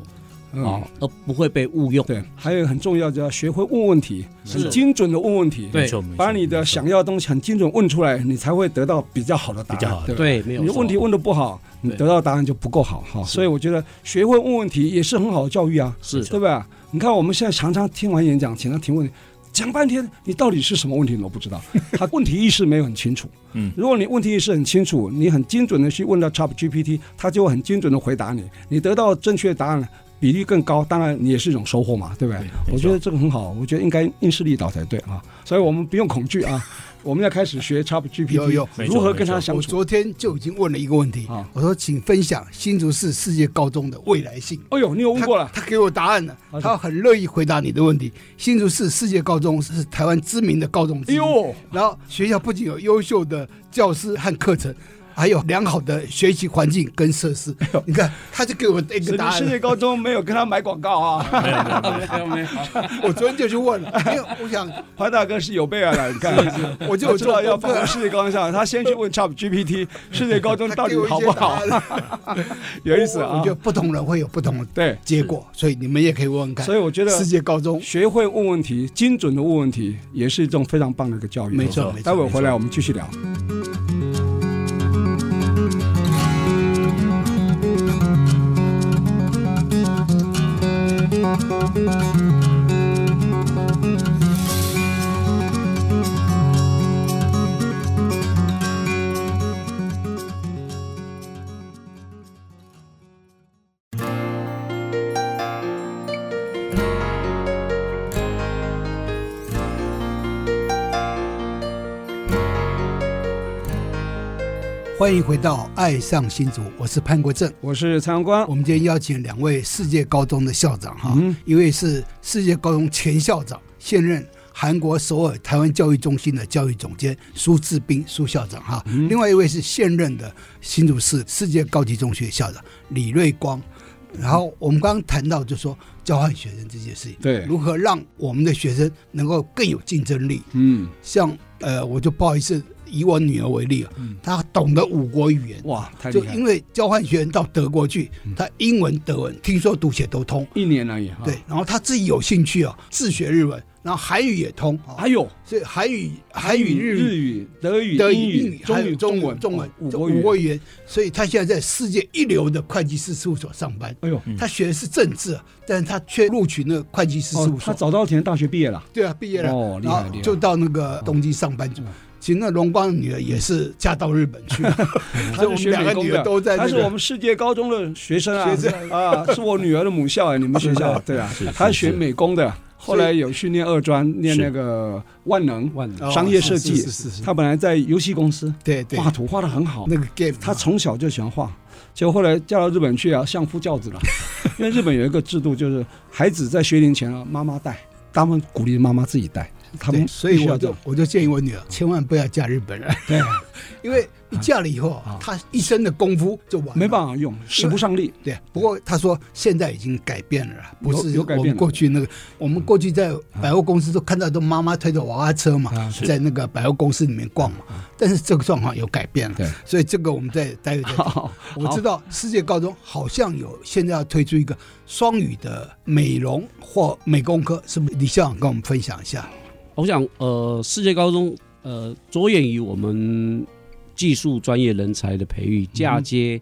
A: 哼，
D: 啊
A: 嗯，
D: 而不会被误用。
A: 对，还有很重要，就要学会问问题，
D: 是
A: 很精准的问问题，
D: 对
C: 嗯没错，没错
A: 把你的
C: 没错
A: 想要的东西很精准问出来，你才会得到比较好的答案，
C: 比较好的
A: 对吧
D: 对，没有
A: 你
D: 错
A: 问题问的不好，你
D: 对
A: 得到答案就不够好哈。
D: 是
A: 所以我觉得学会问问题也是很好的教育啊，
D: 是
A: 对吧？你看我们现在常常听完演讲，请他提问，讲半天，你到底是什么问题你都不知道，他问题意识没有很清楚。
C: 嗯
A: 如果你问题意识很清楚，你很精准的去问到 Chat GPT，他就会很精准的回答你，你得到正确的答案。比例更高，当然你也是一种收获嘛，对不对？
C: 对
A: 我
C: 没
A: 觉
C: 错
A: 得这个很好，我觉得应该因势利导才对啊，所以我们不用恐惧啊，我们要开始学 Chat
B: 有
A: GPT，
B: 有
C: 没错
A: 如何跟
C: 没错
A: 他相
B: 我
A: 处。
B: 昨天就已经问了一个问题
A: 啊，
B: 我说请分享新竹市世界高中的未来性。
A: 哎呦，你有问过了，
B: 他，他给我答案了
A: 好，的
B: 他很乐意回答你的问题。新竹市世界高中是台湾知名的高中之
A: 哎
B: 一，
A: 呦，
B: 然后学校不仅有优秀的教师和课程，还有良好的学习环境跟设施。
A: 哎
B: 你看，他就给我一个
A: 世界
B: 答案
A: 世界
B: 了。
A: 高中没有跟他买广告 啊，
C: 没有没有没有
B: 我昨天就 去问了，因为我想，
A: 潘大哥是有备而来，你看，
B: 我就有
A: 知道
B: 做
A: 要
B: 功
A: 放
B: 课
A: 在世界高中 上，他先去问 Chat GPT 世界高中
B: 他
A: 到
B: 给
A: 底
B: 我一
A: 好
B: 些
A: 不
B: 答
A: 好
B: 案，
A: 有意思啊
B: 我觉，得不同人会有不同的
A: 对，
B: 结果，所以你们也可以问问看。
A: 所以我觉得
B: 世界高中
A: 学会问问题，精准的问问题，也是一种非常棒的一个教育。
B: 没错没错
A: 待会儿回来我们继续聊。
B: 欢迎回到《爱上新竹》，我是潘国正。
A: 我是蔡阳光
B: 我，们今天邀请两位世界高中的校长哈，
A: 嗯
B: 一位是世界高中前校长，现任韩国首尔台湾教育中心的教育总监苏志斌苏校长哈，
A: 嗯
B: 另外一位是现任的新竹市世界高级中学校长李瑞光。然后我们刚刚谈到，就说交换学生这件事情，
A: 对，
B: 如何让我们的学生能够更有竞争力？
A: 嗯，
B: 像呃，我就不好意思以我女儿为例啊
A: 嗯，
B: 她懂得五国语言，
A: 哇，太
B: 就
A: 厉害
B: 因
A: 了，嗯
B: 为交换学生到德国去，他英文、德文听说读写都通，
A: 一年而已啊哈。
B: 对，，然后他自己有兴趣啊，自学日文，然后韩语也通，啊
A: 还有
B: 所以韩语、韩语、
A: 日
B: 日语、
A: 语、德语、
B: 德
A: 英
B: 英
A: 语、
B: 还
A: 中
B: 有
A: 语、中文、
B: 中文
A: 哦五
B: 这
A: 国语
B: 国语言，所以他现在在世界一流的会计师事务所上班。
A: 哎呦，
C: 嗯
B: 他学的是政治啊，但是他却录取那个会计师事务
A: 哦，
B: 所
A: 他。早稻田大学毕业了，
B: 对啊，毕业了，
A: 哦厉
B: 然
A: 害
B: 后
A: 厉害哦
B: 就到那个东京上班去
A: 嗯。
B: 其实那荣光的女儿也是嫁到日本去了，
A: 他
B: 所以我
A: 是
B: 们
A: 学
B: 两
A: 美
B: 个
A: 工
B: 女
A: 的
B: 儿，都在
A: 他
B: 那
A: 是我
B: 个。
A: 们世界高中的学生啊，
B: 学
A: 啊，是我女儿的母校哎，你们学 校对啊，他是学美工的，后来有去念二专，念那个万能，
D: 万能
B: 哦
A: 商业设计
B: 是是是是，
A: 他本来在游戏公司
B: 对对，
A: 画图画的很好，
B: 那个 game，
A: 他从小就喜欢画，结果后来嫁到日本去啊，相夫教 子了，因为日本有一个制度就是孩子在学龄前啊，妈妈带，他们鼓励妈妈自己带。他
B: 对
A: 们
B: 所以
A: 必须
B: 我
A: 要这
B: 就
A: 样
B: 我就建议我女儿千万不要嫁日本人，
A: 对，
B: 因为一嫁了以后
A: 啊，
B: 她一身的功夫就完了，
A: 没办法用，使不上力。
B: 对，不过他说现在已经改变了啦，不
A: 有
B: 是
A: 有改
B: 我
A: 变了
B: 们
A: 啊
B: 过去那个，我们过去在百货公司都看到都妈妈推着娃娃车嘛，
A: 啊
B: 在那个百货公司里面逛嘛。但是这个状况有改变了
A: 对，
B: 所以这个我们再待会再讲。
A: 好，
B: 我知道世界高中好像有现在要推出一个双语的美容或美工科，是不是？李校长跟我们分享一下。
D: 我想，呃，世界高中，呃，着眼于我们技术专业人才的培育，
A: 嗯
D: 嫁接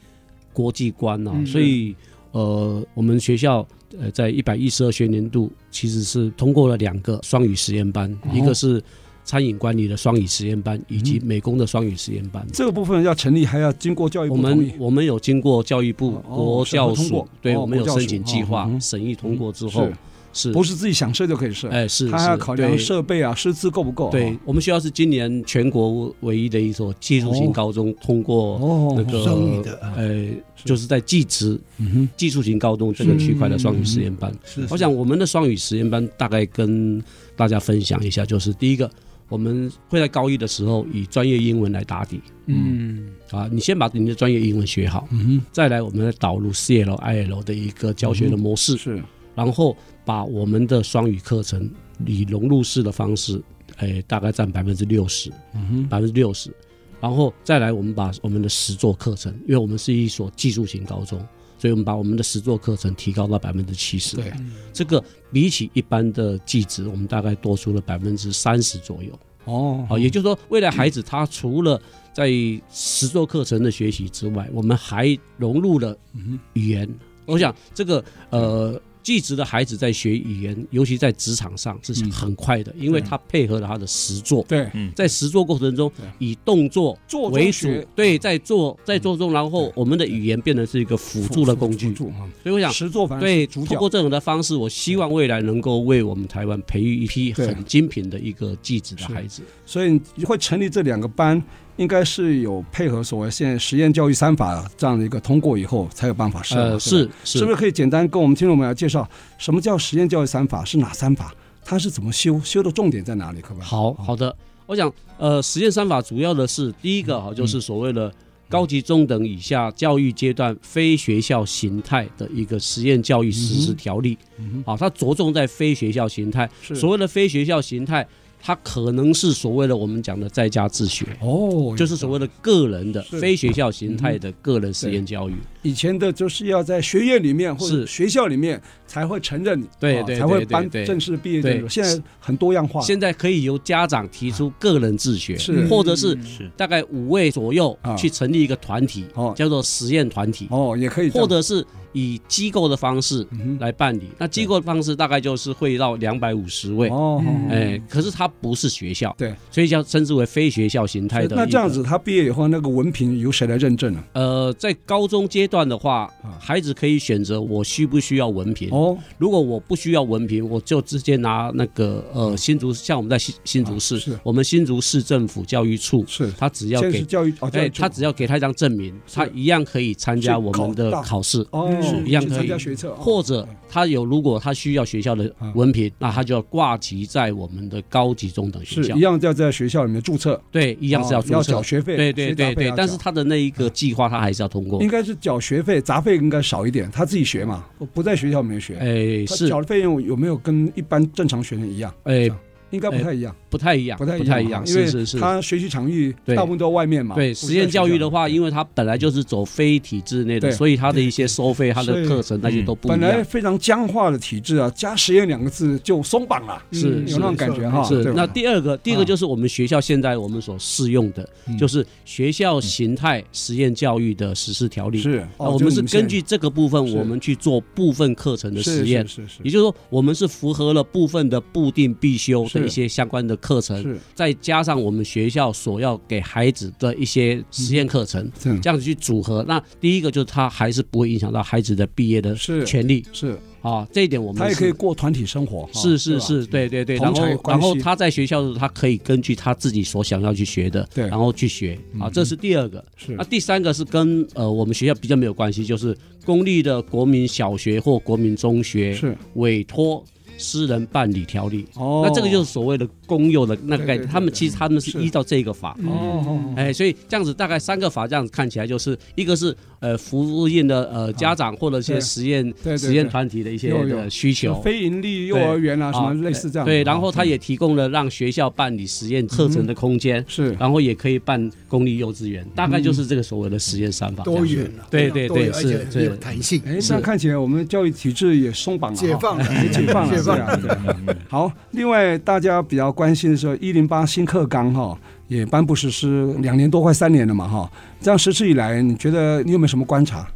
D: 国际观啊，
B: 嗯
D: 所以，呃，我们学校，呃，在一百一十二学年度，其实是通过了两个双语实验班，一
A: 哦
D: 个是餐饮管理的双语实验班，以
A: 嗯
D: 及美工的双语实验班。
A: 这个部分要成立，还要经过教育
D: 我
A: 部同
D: 们
A: 意。
D: 我们有经过教育部
A: 哦哦
D: 国
A: 审核
D: 教
A: 通
D: 署
A: 过，
D: 对
A: 哦
D: 我们有
A: 国教
D: 申
A: 署
D: 请
A: 哦
D: 计划
A: 嗯，
D: 审议通过之后
A: 是
D: 是
A: 不是自己想设就可以设，
D: 哎是，
A: 他还要
D: 是
A: 考量
D: 对
A: 设备啊、师资够不
B: 哦
A: 够。
D: 对，我们学校是今年全国唯一的一所技术型高中通过
A: 哦，
D: 那个
B: 双语的啊
D: 呃，就是在技职
A: 嗯哼，
D: 技术型高中这个区块的双语实验班。
B: 嗯是
D: 我想我们的双语实验班大概跟大家分享一下，就是第一个，我们会在高一的时候以专业英文来打底
A: 嗯
D: 啊，你先把你的专业英文学好，
A: 嗯
D: 再来我们来导入 CL、IL 的一个教学的模式
A: 哼，，是
D: 然后把我们的双语课程以融入式的方式，哎，大概占百分之六十。
A: 嗯哼，
D: 百分之六十，然后再来我们把我们的实作课程，因为我们是一所技术型高中，所以我们把我们的实作课程提高到百分之七十。
B: 对，
D: 这个比起一般的技职，我们大概多出了百分之三十左右。
A: 哦，
D: 好，也就是说，未来孩子他除了在实作课程的学习之外，我们还融入了
A: 嗯
D: 语言。我想这个呃。技职的孩子在学语言，尤其在职场上是很快的，因为他配合了他的实作，
A: 嗯对，
D: 在实作过程中
A: 对嗯
D: 以动作
A: 做中
D: 为主
A: 学，
D: 对，在做在做中，然后我们的语言变成是一个辅助的工具。
A: 辅助啊，
D: 所以我想，
A: 实作反而
D: 对，
A: 是主
D: 通
A: 角
D: 过这种的方式，我希望未来能够为我们台湾培育一批
A: 对
D: 很精品的一个技职的孩子。
A: 所以你会成立这两个班，应该是有配合所谓现在实验教育三法这样的一个通过以后，才有办法设嘛。
D: 呃，
A: 对吧
D: 是是，
A: 是不是可以简单跟我们听众朋友介绍什么叫实验教育三法？是哪三法？它是怎么修？修的重点在哪里？可不可以？
D: 好好的，我想，呃，实验三法主要的是第一个哈，
A: 嗯
D: 就是所谓的高级中等以下教育阶段非学校形态的一个实验教育实
A: 嗯
D: 施条例。好，它着重在非学校形态。
A: 是
D: 所谓的非学校形态，它可能是所谓的我们讲的在家自学。
A: 哦，
D: 就是所谓的个人的
A: 是嗯
D: 非学校形态的个人实验教育，
A: 以前的，就是要在学院里面或者
D: 是
A: 学校里面才会承认你，
D: 对
A: 啊
D: 对
A: 才会
D: 对对
A: 颁
D: 对
A: 正式毕业证书。
D: 对
A: 现在很多样化，
D: 现在可以由家长提出个人自学
A: 是，
D: 或者是
C: 是
D: 大概五位左右
A: 啊
D: 去成立一个团体
A: 哦，
D: 叫做实验团体。
A: 哦嗯也可以这样
D: 或者是以机构的方式来办理。那机构的方式大概就是会到两百五十位，
A: 哦，
B: 嗯
D: 哎，可是它不是学校，
A: 对，
D: 所以叫称之为非学校形
A: 所
D: 态
A: 以
D: 的。
A: 那这样子，，他毕业以后那个文凭由谁来认证呢？
D: 呃，在高中阶段的话
A: 啊，
D: 孩子可以选择我需不需要文凭。
A: 哦，
D: 如果我不需要文凭，我就直接拿那个呃新竹，像我们在新新竹
A: 啊是
D: 市，我们新竹市政府教育处，
A: 是
D: 他只要
A: 现在是
D: 给，
A: 教育哦，教
D: 哎，
A: 育处
D: 他只要给他一张证明，他一样可以参加
A: 去
D: 我
A: 考
D: 们的
A: 大
D: 考试。
A: 哦
D: 是一样
A: 去
D: 可
A: 参
D: 以
A: 加学测，哦
D: 或者他有，如果他需要学校的文
A: 嗯
D: 凭，那他就要挂籍在我们的高级中等学
A: 是
D: 校
A: 一。样要在学校里面注册，
D: 对，一样是要
A: 哦
D: 注册
A: 缴。学费，
D: 对对
A: 学杂
D: 对
A: 费
D: 对
A: 要，
D: 但
A: 缴
D: 是他的那一个计划，他还是要通过
A: 应。该是缴学费，杂费应该少一点，他自己学嘛，不在学校里面学。
D: 哎，
A: 他
D: 是
A: 缴的费用有没有跟一般正常学生一样？
D: 哎，
A: 应该不太一样，
D: 不太一样，
A: 不太
D: 不太
A: 一
D: 一
A: 样啊，
D: 样，
A: 因
D: 是
A: 为
D: 是是。
A: 他学习场域
D: 对
A: 大部分都在外面嘛。
D: 对
A: 不是
D: 实验
A: 在
D: 教育的话，
A: 学校
D: 因为它本来就是走非体制内的，
A: 对
D: 所以它的一些收费、它
A: 所以
D: 的课程那些都不
A: 本
D: 一
A: 来
D: 样。
A: 非常僵化的体制啊，加“实验”两个字就松绑了，嗯
D: 是
A: 有
D: 是
A: 那种感觉哈。
D: 是
A: 啊对，吧
D: 那第二个，第二个就是我们学校现在我们所适用的，
A: 嗯
D: 就是学校形态实验教育的实施条例。
A: 是，
D: 啊，
A: 哦
D: 我
A: 就
D: 们是
A: 现在
D: 根据这个部分，
A: 是
D: 我们去做部分课程的
A: 是
D: 实验。
A: 是是是
D: 也就是说，我们是符合了部分的固定必修的
A: 是
D: 一些相关的课程，
A: 是
D: 再加上我们学校所要给孩子的一些实验课程，
A: 这样
D: 这样子去组合。那第一个就是它还是不会影响到孩子的毕业的
A: 是
D: 权利
A: 是，
D: 啊，这一点我们
A: 他也
D: 是
A: 可以过团体生活。哈
D: 是是
A: 哦吧
D: 是，对对对，
A: 同
D: 然
A: 才
D: 后
A: 关
D: 然后
A: 系
D: 他在学校的时候，他可以根据他自己所想要去学的，
A: 对嗯
D: 然后去学啊，这是第二个。
A: 是
D: 那第三个是跟呃我们学校比较没有关系，就是公立的国民小学或国民中学
A: 是
D: 委托私人办理条例》。
A: 哦，
D: 那这个就是所谓的公幼的那个概
A: 对对
D: 念，
A: 对
D: 他们其实他们是
A: 是
D: 依照这个法，
A: 哦哦，
D: 哎，所以这样子大概三个法这样子看起来，就是一个是呃服务业的呃家长或者一些
A: 啊对
D: 实验
A: 对对
D: 实验
A: 对
D: 团体的一些
A: 有有
D: 的需
A: 有
D: 求，
A: 非盈利幼儿园啊，什么
D: 啊
A: 类似这样的。
D: 对，然后他
A: 也
D: 也提供了让学校办理实验课程的空间，
A: 是
D: 然后也可以办公立幼稚园，大概就是这个所谓的实验三啊
A: 嗯
D: 法这样
B: 多
D: 子。
B: 元
A: 啊
B: 了，
D: 对对
B: 多元
D: 对
B: 而
D: 是
B: 且很有
D: 是
B: 弹性，
A: 哎，那看起来我们教育体制也松绑了哈，
B: 解放了，
A: 也解放了，
B: 解放
A: 了。对啊好，另外大家比较关心的是，一零八新课纲哈也颁布实施两年多，快三年了嘛哈。这样实施以来，你觉得你有没有什么观察，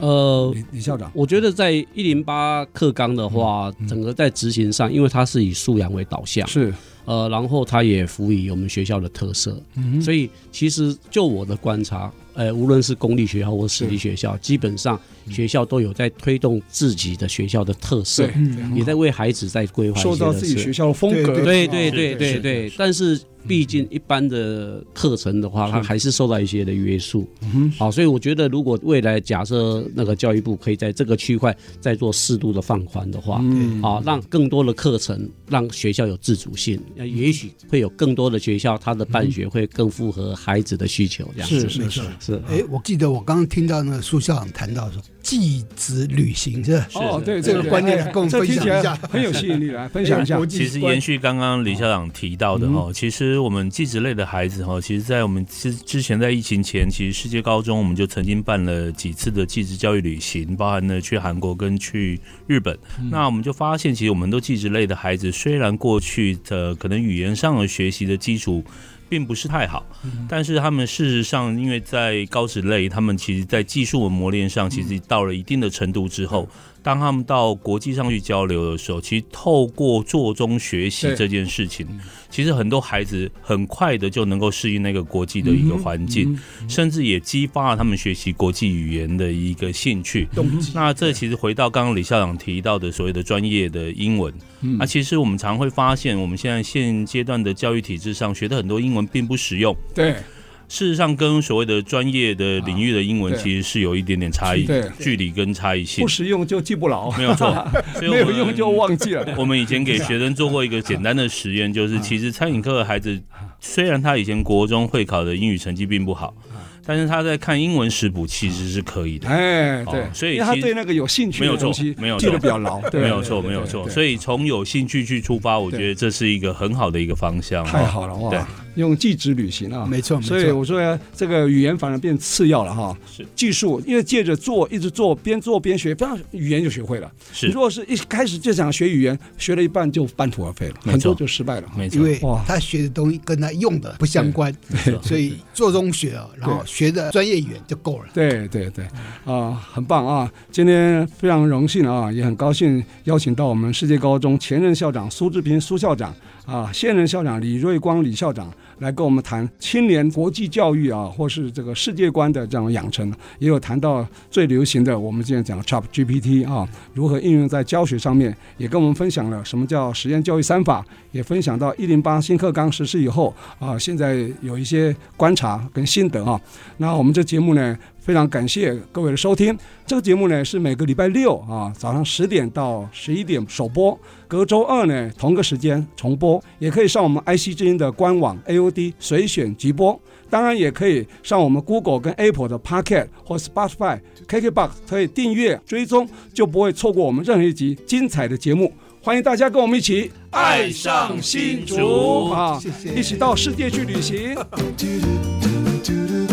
D: 呃，
A: 李李校长？
D: 我觉得在一零八课纲的话，整个在执行上，因为它是以素养为导向，
A: 嗯是，
D: 呃，然后它也辅以我们学校的特色，
A: 嗯
D: 所以其实就我的观察，呃，无论是公立学校或私立学校，基本上学校都有在推动自己的学校的特色
A: 嗯对，，嗯
D: 也在为孩子在规划一些
A: 受到
D: 的
A: 自己
D: 事
A: 学校的风格，
D: 对
B: 对是
D: 对对
B: 是
D: 对
B: 是
D: 对，但是毕竟一般的课程的话，
A: 嗯
D: 它还是受到一些的约束。好，所以我觉得如果未来假设那个教育部可以在这个区块再做适度的放宽的话。
A: 嗯，
D: 啊，让更多的课程让学校有自主性，
A: 嗯
D: 呃也许会有更多的学校，它的办学会更符合孩子的需求，这样子
A: 是是是，
D: 是
B: 哎，我记得我刚刚听到那个苏校长谈到说，继子旅行是吧？
A: 哦，对
B: 这个观念
A: 哎
B: 来跟我们
A: 这
B: 分
A: 听
B: 享
A: 起
B: 一
A: 来
B: 下，
A: 很有吸引力，来分享一下
B: 国，际
C: 其实延续刚刚李校长提到的哈，其实我们技职类的孩子哈，哦其实，在我们之之前在疫情前，其实世界高中我们就曾经办了几次的技职教育旅行，包含了去韩国跟去日本。那我们就发现，其实我们都技职类的孩子，虽然过去的可能语言上的学习的基础。并不是太好，但是他们事实上，因为在高职类，他们其实在技术的磨练上，其实到了一定的程度之后，当他们到国际上去交流的时候，其实透过做中学习
A: 对
C: 这件事情，其实很多孩子很快的就能够适应那个国际的一个环
A: 嗯
C: 境，甚至也激发了他们学习国际语言的一个兴趣。
B: 动机
C: 那这其实回到刚刚李校长提到的所谓的专业的英文，
A: 嗯
C: 那、其实我们常会发现，我们现在现阶段的教育体制上学的很多英文并不实用，
A: 对
C: 事实上跟所谓的专业的领域的英文
A: 啊对
C: 其实是有一点点差异
A: 对，
C: 距离跟差异性
A: 不。实用就记不牢，
C: 没有错，所以 我
A: 没
C: 们
A: 有用就忘记了，
C: 我们以前给学生做过一个简单的实验，
A: 啊
C: 就是其实餐饮课的孩子，虽然他以前国中会考的英语成绩并不好，但是他在看英文食谱其实是可以的。
A: 啊哎，
C: 哦
A: 对，
C: 所以
A: 因为他
C: 其实
A: 对那个有兴趣
C: 没有
A: 的
C: 错
A: 东西，
C: 没有
A: 记得
C: 错
A: 比较牢，对
C: 没有错，
A: 对
C: 没有
A: 对
C: 错。
A: 对
C: 所以从有兴趣去出发，我觉得这是一个很好的一个方向。啊
A: 太好了
C: 对
A: 哇！用技职旅行啊，
B: 没错没错
A: 所以我说这个语言反而变次要了哈。
C: 是
A: 技术，因为借着做，一直做，边做边学，不要语言就学会了。
C: 是
A: 如果是一开始就想学语言，学了一半就半途而废了，
C: 没错
A: 很多就失败了。
C: 没错
B: 因为
A: 哇
B: 他学的东西跟他用的不相关，所以做中学啊，然后学的专业语言就够了。
A: 对对对，啊、很棒啊！今天非常荣幸啊，也很高兴邀请到我们世界高中前任校长苏志平苏校长啊，现任校长李瑞光李校长来跟我们谈青年国际教育啊，或是这个世界观的这种养成，也有谈到最流行的我们今天讲 Chat GPT 啊，如何应用在教学上面，也跟我们分享了什么叫实验教育三法，也分享到一零八新课纲实施以后啊，现在有一些观察跟心得啊。那我们这节目呢，非常感谢各位的收听。这个节目呢是每个礼拜六啊早上十点到十一点首播，隔周二呢同个时间重播，也可以上我们 IC 之音的官网 AOD 随选即播。当然也可以上我们 Google 跟 Apple 的 Pocket 或 Spotify、KKBox 可以订阅追踪，就不会错过我们任何一集精彩的节目。欢迎大家跟我们一起
C: 爱上新竹
A: 啊
B: 谢谢，
A: 一起到世界去旅行。
E: do do do do do